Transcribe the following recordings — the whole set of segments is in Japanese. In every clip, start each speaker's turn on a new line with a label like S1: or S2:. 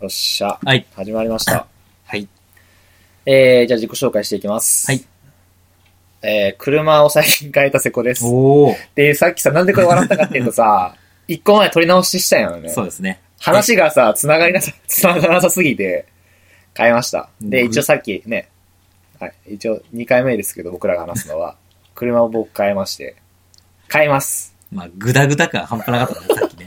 S1: よっしゃ。
S2: はい。
S1: 始まりました。
S2: はい。
S1: えー、じゃあ自己紹介していきます。
S2: はい。
S1: えー、車を最近変えたセコです。
S2: おお、
S1: で、さっきさ、なんでこれ笑ったかっていうと さ、一個前取り直ししたんよね。
S2: そうですね。
S1: 話がさ、繋がりなさ、繋がらなさすぎて、変えました。で、
S2: うん
S1: 一応さっきね、はい、一応2回目ですけど、僕らが話すの は、車を僕変えまして、変えます。
S2: まあ、ぐだぐだ感半端なか ったね、さっきね。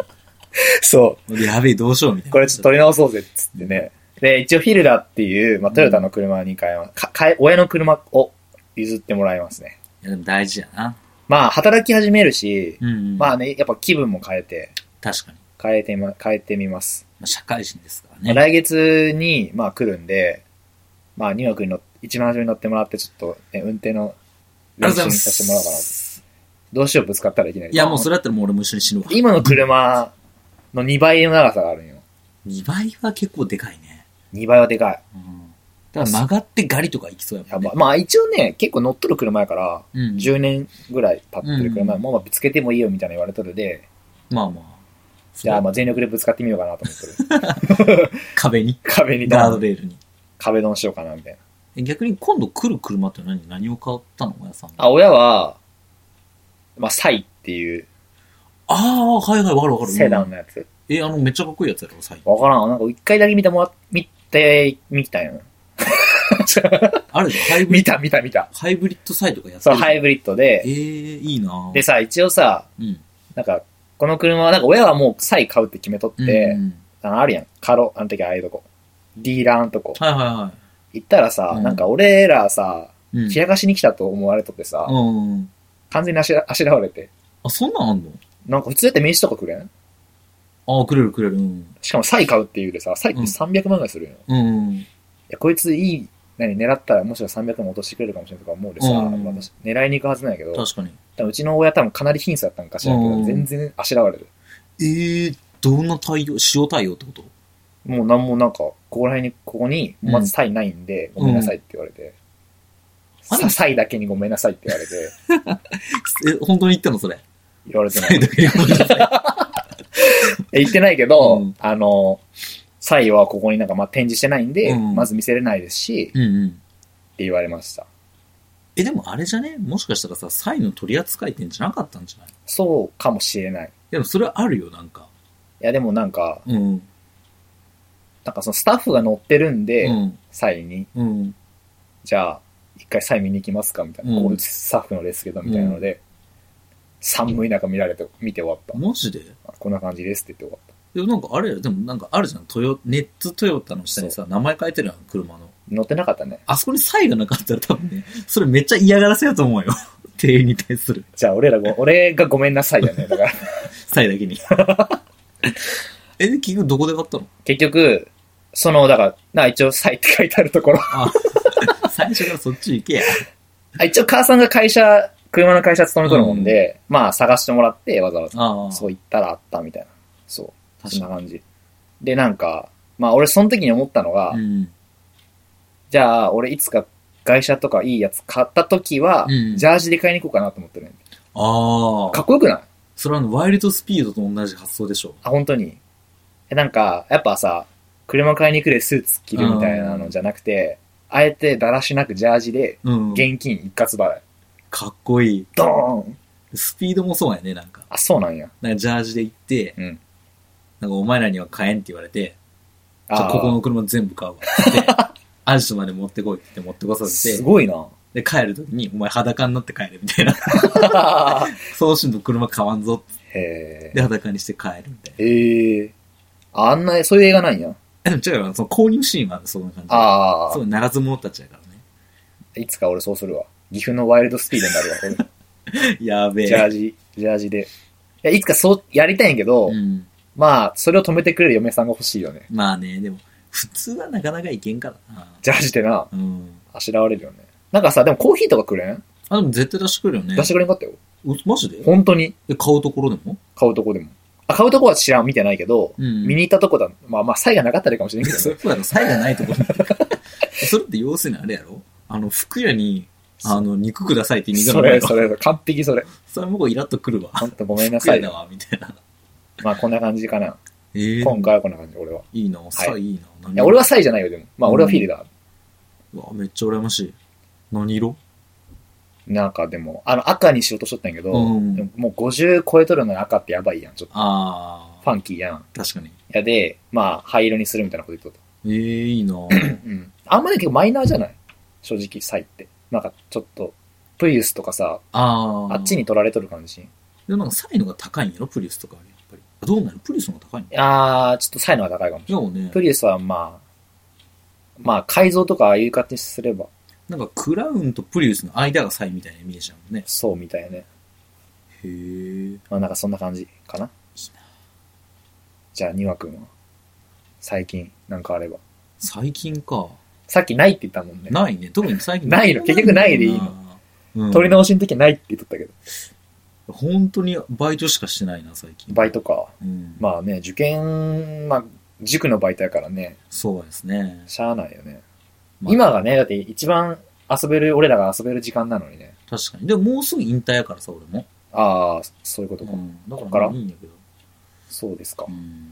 S1: そう。
S2: やべえ、どうしようみたいな。
S1: これちょっと取り直そうぜっつってね。で、一応フィルダっていう、まあ、トヨタの車に変えます。か変え、親の車を譲ってもらいますね。
S2: いや、でも大事やな。
S1: まあ、働き始めるし、
S2: うん、うん。
S1: ま
S2: まあ、
S1: あね、やっぱ気分も変えて、
S2: 確かに。
S1: 変えてま、変えてみます。
S2: まあ、社会人ですから
S1: まあ
S2: ね。
S1: 来月に、まあ来るんで、まあ、ニューヨークに乗っ一番初めに乗ってもらって、ちょっと、ね、運転の練習にさせてもらおうかな。
S2: す。
S1: どうしよう、ぶつかったらいきなり。
S2: いや、もうそれだったらもう俺も一緒に死ぬわ。
S1: 今の車の2倍の長さがあるんよ。
S2: 2倍は結構でかいね。
S1: 2倍はでかい。
S2: うん。だから曲がってガリとかいきそうや
S1: や
S2: もんね
S1: ば。。まあ一応ね、結構乗っとる車やから、
S2: うん。
S1: 10年ぐらい経ってる車、
S2: うん
S1: もうまあぶつけてもいいよみたいな言われとるで、
S2: まあまあ。
S1: じゃあまあ全力でぶつかってみようかなと思 ってる。
S2: 壁に。
S1: 壁にドン
S2: ガードレールに。
S1: 壁ドンしようかなみたいな。
S2: え逆に今度来る車って何何を買ったの親さんが。
S1: あ、親は、まあサイっていう
S2: ああ、はいはい、わかるわかる。
S1: セダンのやつ。
S2: え、あの、めっちゃかっこいいやつやろ、最近。
S1: わからん。なんか一回だけ見てもら、見て、見たよ。
S2: あるじゃん、ハイブリ
S1: 見
S2: ッド。
S1: た見た見た。
S2: ハイブリッドサイドがやって
S1: そ
S2: る
S1: う、
S2: じゃん。
S1: ハイブリッド
S2: え
S1: で、
S2: ー、いいな
S1: でさ、一応さ、
S2: うん。
S1: なんか、この車は、なんか親はもうサイ買うって決めとって、
S2: うん、
S1: あのあるやん。カロ、あの時ああいうとこ。ディーラーのとこ。
S2: はいはいは
S1: 行ったらさ、
S2: うん
S1: なんか俺らさ、
S2: い。うん
S1: 冷やかしに来たと思われとってさ、
S2: うん。
S1: 完全にあしらあしらわれて。
S2: あ、そんなんあんの
S1: なんか普通だって名刺とかくれん
S2: あー、くれるくれる。うん。
S1: しかもサイ買うっていうでさ、サイって
S2: うん
S1: 300万ぐらいするよ。い
S2: うん。
S1: や、こいついい、何、狙ったらもしろ300万落としてくれるかもしれないとか思うでさ、
S2: うん
S1: 私狙いに行くはずなんやけど、
S2: 確かに。
S1: 多分うちの親多分かなり貧相だったんかしらんけど、
S2: うん
S1: 全然あしらわれる。
S2: えー、どんな対応塩対応ってこと
S1: もうなんもなんか、ここら辺に、ここに、
S2: うん
S1: まずサイないんで、ごめんなさいって言われて。
S2: うん
S1: さサイだけにごめんなさいって言われて、
S2: え、本当に言ったのそれ。
S1: 言われてな
S2: サイ
S1: い。
S2: ド系の
S1: え言ってないけど、
S2: うん
S1: あの、サイはここになんかまあ展示してないんで、
S2: うん
S1: まず見せれないですし、
S2: うんうん。
S1: って言われました。
S2: え、でもあれじゃねもしかしたらさ、サイの取り扱い店じゃなかったんじゃない
S1: そうかもしれない。
S2: でもそれはあるよ、なんか。
S1: いや、でもなんか、
S2: うん。
S1: なんかそのスタッフが乗ってるんで、
S2: うん。
S1: サイに、
S2: うん。
S1: じゃあ、一回サイ見に行きますかみたいな。
S2: う
S1: こ
S2: ん
S1: うスタッフのですけど、みたいなので、寒い中見られて、見て終わった。
S2: マジで
S1: こんな感じですって言って終わっ
S2: でもなんかあれやでもなんかあるじゃん。トヨ、ネットトヨタの下にさ、名前書いてるやん、車の。
S1: た。乗ってなかったね。
S2: あそこにサイがなかったら多分ね、それめっちゃ嫌がらせやと思うよ。 店員に対する。
S1: じゃあ、俺 らご、俺がごめんなさいよね。だから、
S2: サイだけに。 え、結局どこで買ったの
S1: 結局、その、だから、な一応サイって書いてあるところ
S2: あ、 最初からそっち行けや。
S1: あ一応母さんが会社、車の会社勤めとるもんで、まあ探してもらって、わざわざ。
S2: ああ。
S1: そう
S2: う、
S1: 言ったらあったみたいな。そう。そ
S2: 確
S1: んな
S2: か
S1: 感じ。で、なんか、まあ俺その時に思ったのが、
S2: に。うん。
S1: じゃあ俺いつか外車とかいいやつ買った時は、
S2: うん
S1: ジャージで買いに行こうかなと思ってるね。
S2: あ
S1: か
S2: あ。
S1: っこよくない
S2: それはあの、ワイルドスピードと同じ発想でしょ。
S1: あ、本当に。えなんか、やっぱさ、車買いに行くでスーツ着るみたいなのじゃなくて、あえてだらしなくジャージで、
S2: うん。
S1: 現金一括払い。
S2: かっこいい。
S1: ドーン
S2: スピードもそうやね、なんか。
S1: あ、そうなんや。
S2: なんかジャージで行って、
S1: うん
S2: なんかお前らには買えんって言われて、じゃ
S1: あ
S2: あ
S1: ー
S2: ここの車全部買うわ。 って、アジトまで持ってこいって持ってこさせ
S1: す
S2: て、
S1: ごい な。
S2: で、帰るときに、お前裸になって帰れみたいな。 そうしんと車買わんぞっ
S1: へ
S2: て、裸にして帰るみたいな。
S1: え。へえ。ああんな、そういう映画なんや。
S2: え、でも 違うよ、その購入シーンはそんな感じ。
S1: あ
S2: そう、ならず者たちやからね。
S1: あ。いつか俺そうするわ。岐阜のワイルドスピードにな るわ。
S2: や
S1: 俺
S2: べえ。
S1: ジャージ、ジャージで。いや、いつかそう、やりたいんやけど、
S2: うん。
S1: まあ、それを止めてくれる嫁さんが欲しいよね。
S2: まあね、でも、普通はなかなかいけんからな。
S1: ジャージでな、
S2: うん。
S1: あしらわれるよね。なんかさ、でもコーヒーとかくれん
S2: あ、でも絶対出してくるよね。
S1: 出してくれんかったよ。
S2: うマジで
S1: 本当に。
S2: え買うところでも
S1: 買うとこでも。あ、買うとこは知らん、見てないけど、
S2: うん
S1: 見に行ったとこだ。まあまあ、差異がなかったりかもしれんけど
S2: そ
S1: ね。
S2: うやろ、差がないところに。 それって要するにあれやろあの、服屋に、あの、肉くださいって言いに行
S1: そ
S2: かない
S1: れ、
S2: と。
S1: それ、完璧それ。
S2: それもこうイラッとくるわ。
S1: ほんとごめんな
S2: 服
S1: さ
S2: 屋
S1: い
S2: だ。わ、みたいな。
S1: まあ、こんな感じかな。
S2: ええ
S1: 今回はこんな感じ、俺は。
S2: いいな、サイいいな。
S1: い
S2: 何
S1: や、俺はサイじゃないよ、でも。まあ、俺はフィルだ。
S2: うわ、めっちゃ羨ましい。何色
S1: なんか、でも、あの、赤にしようとしとったんやけど、
S2: うん
S1: でももう50超えとるのに赤ってやばいやん。ちょっと、
S2: あ
S1: フ
S2: あ、
S1: ァンキーやん。
S2: 確かに。
S1: やで、まあ、灰色にするみたいなこと言っとった。
S2: ええいい な。
S1: うん。あんまり結構マイナーじゃない正直、サイって。なんか、ちょっと、プリウスとかさ、
S2: ああ。
S1: あっちに。取られとる感じ。
S2: でもなんかサイのが高いんやろ、プリウスとかよりやっぱり。あどうなのプリウスの方が高いんだ。
S1: あー、ちょっとサイの方が高いかもしれない。
S2: でもね、
S1: プリウスはまあ、まあ改造とかああいう形すれば、
S2: なんかクラウンとプリウスの間がサイみたいなイメージなのね。
S1: そうみたいね。
S2: へえ。
S1: まあなんかそんな感じかな。じゃあ、ニワ君は、最近なんかあれば。
S2: 最近か。
S1: さっきないって言ったもんね。
S2: ないね。特に最近。
S1: ないの結局ないでいいの
S2: うん。
S1: 取り直しの時ないって言っとったけど。
S2: 本当にバイトしかしてないな、最近。
S1: バイトか。
S2: うん。
S1: まあね、受験、まあ、塾のバイトやからね、
S2: そうですね。
S1: しゃあないよね。
S2: まあ
S1: 今がね、だって一番遊べる、俺らが遊べる時間なのにね。
S2: 確かに。でももうすぐ引退やからさ、俺も。
S1: ああ、そういうことか。
S2: うん。だ
S1: こっ
S2: か
S1: からら
S2: いいんやけど。
S1: そうですか
S2: う。ん。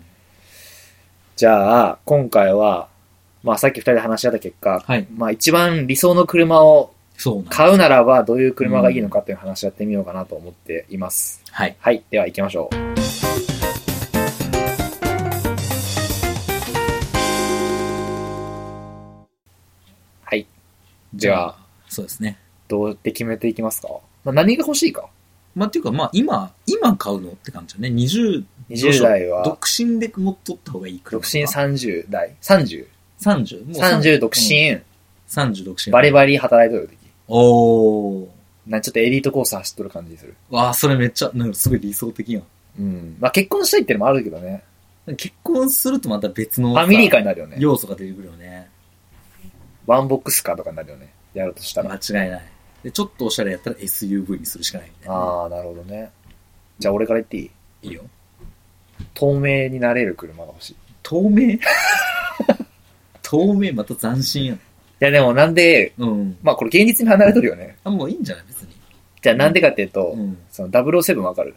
S1: じゃあ、今回は、まあさっき二人で話し合った結果、
S2: はい。
S1: まあ一番理想の車を
S2: そうなんです
S1: 買うならばどういう車がいいのかっていう話をやってみようかなと思っています。
S2: はい。
S1: はい、では行きましょう。はい。じゃあ、、
S2: そうですね。
S1: どうやって決めていきますか、まあ、何が欲しいか
S2: まあ、っていうか、まあ、今、今買うのって感じだね。20、どう
S1: ?20
S2: しよう
S1: 代は
S2: 独、身で持っとった方がいい車
S1: 独
S2: とか。
S1: 身30代。30。
S2: 30。もう
S1: 30独。身、
S2: うん30独身。
S1: バリバリ働いてる時。
S2: おー。
S1: なんかちょっとエリートコース走っとる感じする。
S2: わあそれめっちゃ、なんかすごい理想的やん。
S1: うん。まあ結婚したいってのもあるけどね。
S2: 結婚するとまた別の
S1: フ
S2: さ
S1: ァミリーカーになるよね。
S2: 要素が出てくるよね。
S1: ワンボックスカーとかになるよね。やるとしたら。
S2: 間違いない。で、ちょっとおしゃれやったら SUV にするしかないみたいな。
S1: ああ、なるほどね。じゃあ俺から言っていい
S2: いいよ。
S1: 透明になれる車が欲しい。い
S2: 透明 透明また斬新やん。
S1: やでもなんで、
S2: うん。
S1: まあこれ現実に離れとるよね。
S2: あ、もういいんじゃない別に。
S1: じゃあなんでかっていうと、
S2: うん。
S1: その007わかる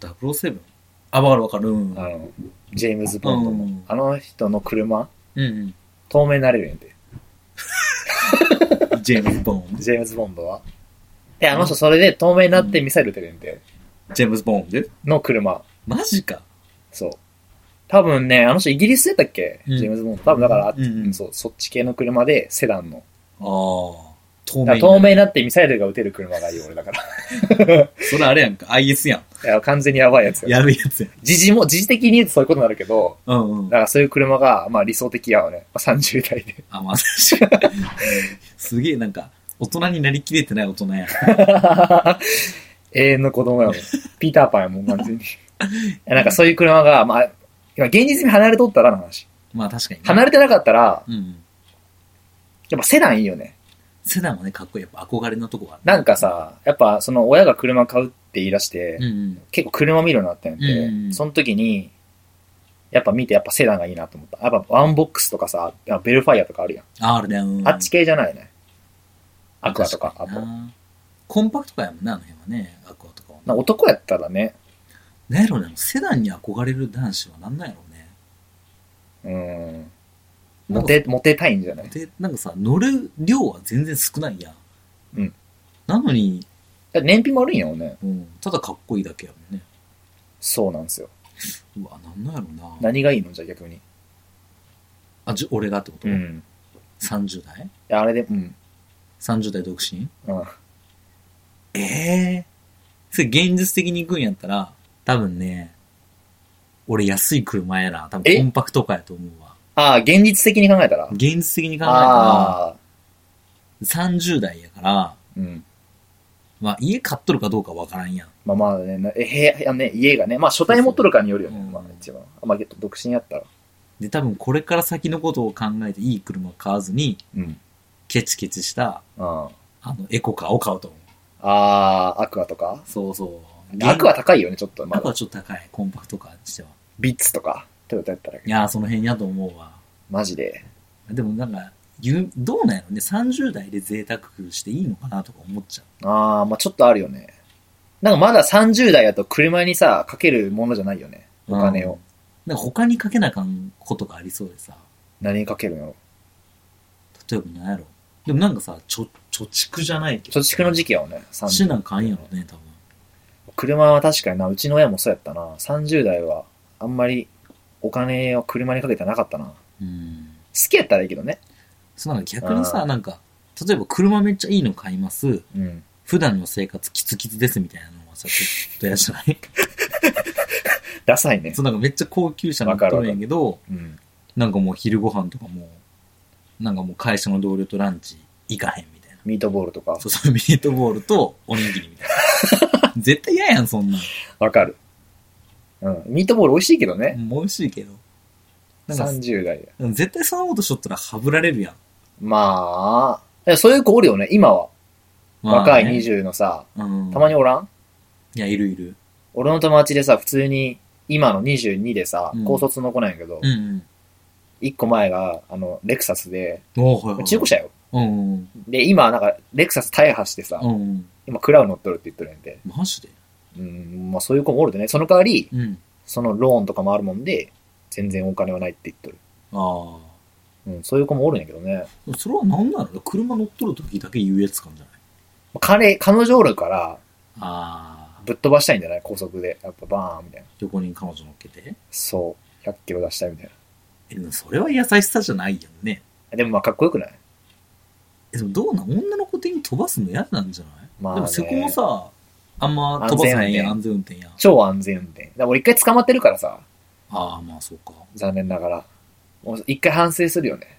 S2: 007? あ、わかるわかる。うん。
S1: あの、ジェームズ・ボンドの。
S2: うん
S1: あの人の車、
S2: うん
S1: 透明になれるんやて。
S2: うん。ジェームズ・ボーン。
S1: ジェームズ・ボンドは。で、あの人それで透明になってミサイル撃てるんやて。
S2: ジェームズ・ボーンで
S1: の車。
S2: マジか。
S1: そう。多分ね、あの人イギリスやったっけ、
S2: うん
S1: ジェームズ・ボンド。多分だから、あっち
S2: うんうん
S1: うんそう、そっち系の車でセダンの。
S2: ああ。透
S1: だ
S2: 明
S1: から
S2: な。
S1: 透明になってミサイルが撃てる車がいいよ、俺だ から。
S2: それあれやんか。IS や
S1: い
S2: ん。
S1: や完全にやばいやつよ
S2: やべえやつやん。
S1: 時事も、時事的に言うとそういうことになるけど、
S2: うんうん
S1: だ。からそういう車が、まあ理想的やわね。まあ30代で。
S2: あ、まあ確かに。すげえなんか、大人になりきれてない大人やん。
S1: 永遠の子供やも ん。ピーターパンやもん、完全に。いやなんかそういう車が、まあ、今現実に離れとったらの話。
S2: まあ確かにね、
S1: 離れてなかったら、
S2: うんうん。
S1: やっぱセダンいいよね。
S2: セダンはね、かっこいい。やっぱ憧れのとこはある。
S1: なんかさ、やっぱその親が車買うって言い出して、
S2: うんうん。
S1: 結構車見るようになったんやって、
S2: うんうん
S1: その時に、やっぱ見て、やっぱセダンがいいなと思った。やっぱワンボックスとかさ、ベルファイアとかあるやん。
S2: あるね。うん
S1: あっち系じゃないね。アクアとか、あ
S2: 確
S1: と
S2: に。なコンパクトかやもんな、あの辺はね。アクアとかはね。
S1: な男やったらね、
S2: なんやろね、セダンに憧れる男子はなんなんやろうね。
S1: うん。モテ、モテたいんじゃない
S2: で、なんかさ、乗る量は全然少ないやん。
S1: うん。
S2: なのに、
S1: だって燃費も悪いんやもんね。
S2: うん、ただかっこいいだけやもんね。
S1: そうなんですよ。
S2: うわ、なんなんやろうな。
S1: 何がいいのじゃあ逆に。
S2: あ、じ俺がってこと、
S1: ん。
S2: ?30 代
S1: いや、あれで、うん。
S2: ?30 代独身
S1: うん。
S2: ええそれ現実的に行くんやったら、多分ね、俺安い車やな。多分
S1: え
S2: コンパクトカーやと思うわ。
S1: ああ、現実的に考えたら。
S2: 現実的に考えたら、
S1: ああ、
S2: 30代やから、
S1: うん。
S2: まあ家買っとるかどうかわからんやん。
S1: まあまあね、なえ、部屋、いやね、家がね、まあ書体持っとるかによるよね。
S2: そうそう
S1: まあ一番。まあけど独身やったら。
S2: で、多分これから先のことを考えていい車を買わずに、
S1: うん。
S2: ケチケチした、
S1: あ
S2: あの、エコカーを買うと思
S1: あー、アクアとか
S2: う。そうそう。
S1: アクア
S2: 高
S1: 高
S2: い。
S1: いよね、ちょっと。ま
S2: アク
S1: だ
S2: アちょっと高い。コンパクトカーにしては。
S1: ビッツとか、トヨタやったら
S2: い、やー、その辺やと思うわ。
S1: マジで。
S2: でもなんか、ゆどうなんやろね。30代で贅沢していいのかなとか思っちゃう。
S1: ああ、まあちょっとあるよね。なんかまだ30代だと車にさ、かけるものじゃないよね。お金を。
S2: なんか他に書けなあかんことがありそうでさ、
S1: 何にかけるの
S2: 例えば何やろ。でもなんかさ、ちょ、貯蓄じゃないけど。
S1: 貯蓄の時期やもんね。30
S2: しなんかあんやろね、多分。
S1: 車は確かにな、うちの親もそうやったな。30代は、あんまりお金を車にかけてなかったな。好
S2: うん。
S1: きやったらいいけどね。
S2: そうなんか逆に
S1: あ
S2: さ、
S1: ー
S2: なんか、例えば車めっちゃいいの買います。
S1: うん。
S2: 普段の生活キツキツですみたいなのはさ、ちょっとやじゃない
S1: ダサいね
S2: そ。うなんかめっちゃ高級車乗っとるんやけど、
S1: うん。
S2: なんかもう昼ご飯とかもう、なんかもう会社の同僚とランチ行かへんみたいな。
S1: ミートボールとか。
S2: そうそう、ミートボールとおにぎりみたい な。絶対嫌やん、そんなん。
S1: わかる。うん。ミートボール美味しいけどね。
S2: もう美味しいけど。なんか、
S1: 30代で。
S2: 絶対そんなことしとったらはぶられるやん。
S1: まあ、いやそういう子おるよね、今は。若い
S2: 20。
S1: 20のさ、
S2: うん。
S1: たまにおらん
S2: いや、いるいる。
S1: 俺の友達でさ、普通に、今の22でさ
S2: うん、
S1: 高卒の子なんやけど
S2: う、ん
S1: 1個前が、あの、レクサスで、
S2: うん。おーはいはいはい。
S1: 中古車よ。
S2: うんうん
S1: で、今、なんか、レクサス大破してさ
S2: う、ん。うん。
S1: 今、クラウン乗っとるって言っとるんやて。
S2: マジで
S1: うん、まあそういう子もおるでね。その代わり、
S2: うん。
S1: そのローンとかもあるもんで、全然お金はないって言っとる。
S2: あ
S1: うん、そういう子もおるんやけどね。
S2: あ。それは何なの車乗っとる時だけ優越感じゃない
S1: まあ彼、彼女おるから、
S2: ああ。
S1: ぶっ飛ばしたいんじゃない高速で。やっぱバーンみたいな。
S2: 横に彼女乗っけて。
S1: そう。100キロ出したいみたい
S2: え、でもそれは優しさじゃないやんね。
S1: な。でもまあかっこよくない
S2: え、でもどうなん女の子的に飛ばすの嫌なんじゃない
S1: まあね
S2: でも、そこもさ、あんま飛ばさないやん、安
S1: 安
S2: 全運転やん。
S1: 超安全運転。だから俺一回捕まってるからさ、
S2: ああ、まあそうか。
S1: 残念ながら。もう一回反省するよね。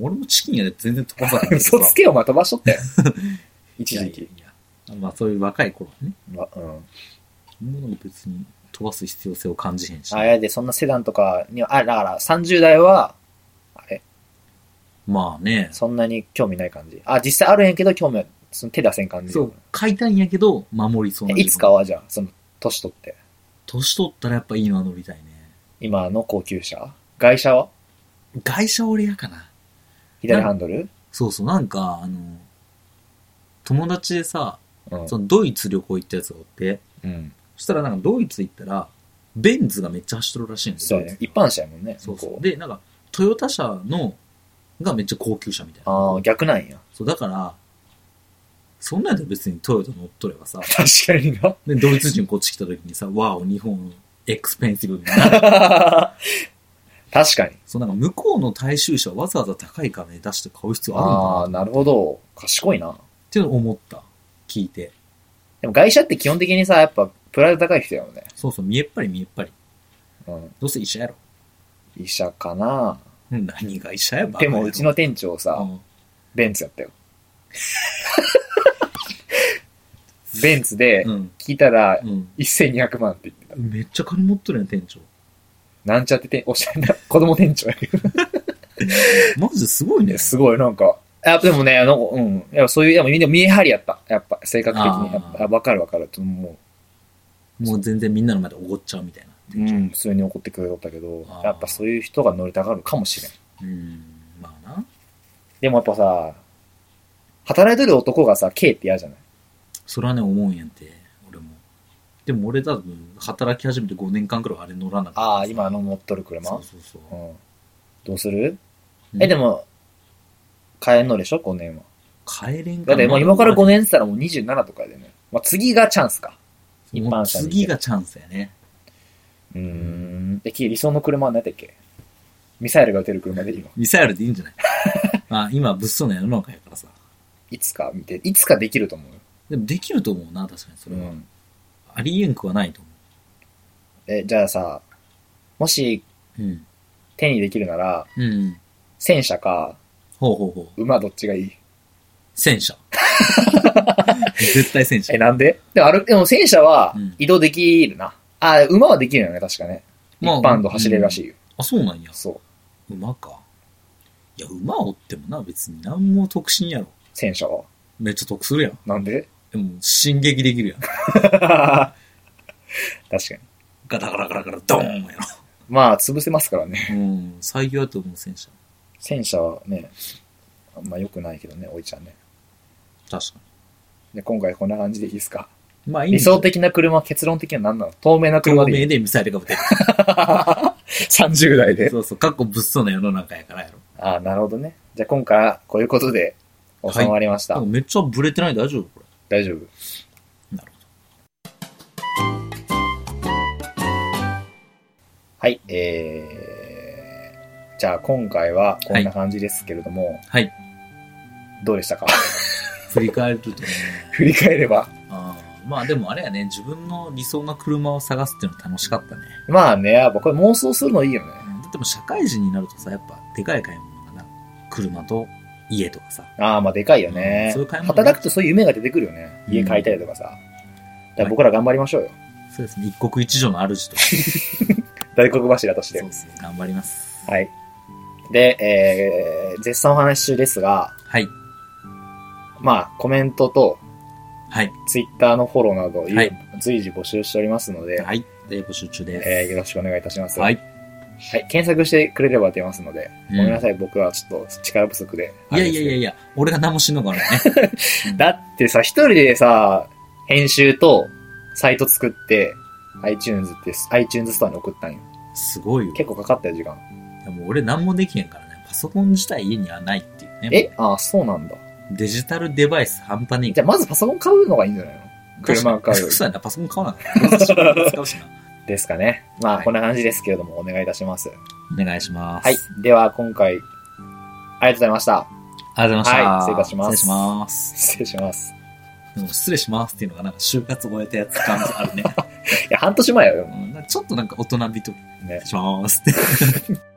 S2: 俺もチキンやで全然飛ばさ ない
S1: 嘘つけよ、お前飛ばしと ったよ。一時
S2: いや
S1: 期。
S2: いやいやまあそういう若い頃はね。
S1: まあ、うん。
S2: そんなの別に飛ばす必要性を感じへんし。
S1: あやで、そんなセダンとかには、あ、だから30代は、あれ
S2: まあね。
S1: そんなに興味ない感じ。あ、実際あるんやけど、興味は、その手出せん感じ。
S2: そう、買いたいんやけど、守りそうな
S1: え
S2: 自分。
S1: いつかはじゃあ、その、年取って。
S2: 年取ったらやっぱいいのは乗りたいね。
S1: 今の高級車外車は
S2: 外車俺やかな。
S1: 左ハンドル
S2: そうそう、なんか、あの、友達でさ、
S1: うん。
S2: そのドイツ旅行行ったやつがおって、
S1: うん。
S2: そしたらなんかドイツ行ったら、ベンツがめっちゃ走っとるらしいんです
S1: そう
S2: よ。
S1: やね。一般車やもんね。
S2: そう
S1: 向
S2: そ
S1: こ
S2: う。で、なんか、トヨタ車の、がめっちゃ高級車みたいな。
S1: ああ、逆なんや。
S2: そう、だから、そんなんやったら別にトヨタ乗っとればさ、
S1: 確かにな。
S2: で、ドイツ人こっち来た時にさ、わお、日本、エクスペンシブにな る。
S1: 確かに。
S2: そう、なんか向こうの大衆車わざわざ高い金出して買う必要あるの
S1: ああ、
S2: かな
S1: なるほど。賢いな。
S2: っていうのを思った。聞いて。
S1: でも外車って基本的にさ、やっぱ、プライド高い人やもんね。
S2: そうそう、見えっぱり見えっぱり。
S1: うん。
S2: どうせ医者やろ。
S1: 医者かな。
S2: うん何が医者やば
S1: でも、うちの店長さ、
S2: うん
S1: ベンツやったよ。 ベンツで、
S2: うん。
S1: 聞いたら、
S2: うん。
S1: 1200万って言ってた。
S2: めっちゃ金持っとるやん、店長。
S1: なんちゃってて、おしゃれな、子供店長やけど
S2: マジですごいね
S1: ね。。すごい、なんか。あでもね、なんか、うん。やっぱそういう、やっぱ見え張りやった。やっぱ、性格的
S2: あー
S1: に。やっぱあわかるわかる。も
S2: もう全然みんなの前でおごっちゃうみたいな。
S1: う、うん、普通に怒ってくれとったけど
S2: あ、ー
S1: やっぱそういう人が乗りたがるかもしれん。
S2: うん、まあな。
S1: でもやっぱさ、働いてる男がさ、K って嫌じゃない
S2: それはね、思うんやんて、俺も。でも俺多分、働き始めて5年間くらいあれ乗らなかった。
S1: ああ、今の乗っとる車
S2: そう
S1: う
S2: そうそう。
S1: ん。どうする
S2: うん
S1: え、で、も、買えんのでしょ ?5 年は。
S2: 帰れん
S1: だってもう今から5
S2: 年。
S1: 年って言ったらもう27とかやでね。まあ次がチャンスか。一
S2: も
S1: 般
S2: う
S1: 車に
S2: 次がチャンスやね。
S1: うーん。で、き理想の車は何だっけミサイルが撃てる車でいいの
S2: ミサイルでいい んじゃないまあ今、物騒な世の中やからさ。
S1: いつか見て、いつかできると思うよ。
S2: でもできると思うな、確かにそれは。
S1: ん。
S2: ありえんくはないと思
S1: え、じゃあさ、もし
S2: う。うん。
S1: 手にできるなら、
S2: うん。
S1: 戦車か、
S2: ほうほうほう。
S1: 馬どっちがいい
S2: 戦 車。絶対戦車
S1: え、。なんででもある、でも戦車は
S2: うん
S1: 移動できるな。あ、馬はできるよね、確かね。一
S2: まあ
S1: 般道走れるらしいよ。
S2: あ、そうなんや。
S1: そう。
S2: 馬か。いや、馬おってもな、別に何も得心やろ。
S1: 戦車は。
S2: めっちゃ得するやん。
S1: なんで
S2: でも、進撃できるやん。
S1: 確かに。
S2: ガタガタガタガタ、ドーンやろ。
S1: まあ、潰せますからね。
S2: うん、最強やと思う、戦車。
S1: 戦車はね、あんま良くないけどね、おいちゃんね。
S2: 確か
S1: で、今回こんな感じでいいですか
S2: に。まあ、いいん
S1: 理
S2: じゃな
S1: 想
S2: い
S1: 的な車、結論的には何なの透明な
S2: 透
S1: 車でいい
S2: 明でミサイルが撃てる。
S1: 30代で。
S2: そうそう、かっこ物騒な世の中やからやろ。
S1: ああ、なるほどね。じゃあ今回、こういうことで収まりました。
S2: なんかめっちゃブレてない大丈夫これ。
S1: 大丈夫。
S2: なる
S1: ほど。はい、えー、じゃあ今回はこんな感じですけれども、
S2: はい。
S1: どうでしたか
S2: 振り返るとね、
S1: 振り返れば。
S2: あーまあでもあれやね、自分の理想な車を探すっていうの楽しかったね。
S1: まあね、やっぱこれ妄想するのいいよね。
S2: うんだってもう社会人になるとさ、やっぱでかい買い物かな。車と家とかさ。
S1: ああ、まあでかいよね。
S2: そういう買い物ね
S1: 働くとそういう夢が出てくるよね。家買いたいとかさ。だから僕ら頑張りましょうよ。
S2: そうですね、一国一城の主として。
S1: 大黒柱として
S2: そう。ですね、頑張ります。
S1: はい。で、えー、絶賛お話し中ですが、
S2: はい。
S1: まあ、コメントと、
S2: はい。
S1: ツイッターのフォローなど、
S2: はい
S1: 随時募集しておりますので、
S2: はい。で、募集中です。
S1: えーよろしくお願いいたします。。
S2: はいい。
S1: 検索してくれれば出ますので、
S2: うん
S1: ごめんなさい、僕はちょっと力不足で。
S2: いやいやいやい
S1: や。
S2: や、俺が何もしんのからね。 うん
S1: だってさ、一人でさ、編集と、サイト作って、iTunes って、iTunes ストアに送ったんよ。
S2: すごいよ。
S1: 結構かかったよ、時間。
S2: いやもう俺何もできへんからね。パソコン自体家にはないっていうね。
S1: えああ、そうなんだ。
S2: デジタルデバイス半端ねえ
S1: じゃあ、まずパソコン買うのがいいんじゃないの車買うより
S2: そうやな、パソコン 買わなかった。使うしな。
S1: ですかね。まあ、
S2: はい
S1: こんな感じですけれども、お願いいたします。
S2: お願いします。
S1: はい。では、今回、ありがとうございました。
S2: ありがとうございました。
S1: はい失礼いたします
S2: 失礼します。
S1: 失礼します。
S2: でも失礼しますっていうのがなんか就活終えたやつ感あ る
S1: い
S2: ね。
S1: や、半年前よ、でも
S2: うんちょっとなんか大人びと、
S1: ね
S2: しますって。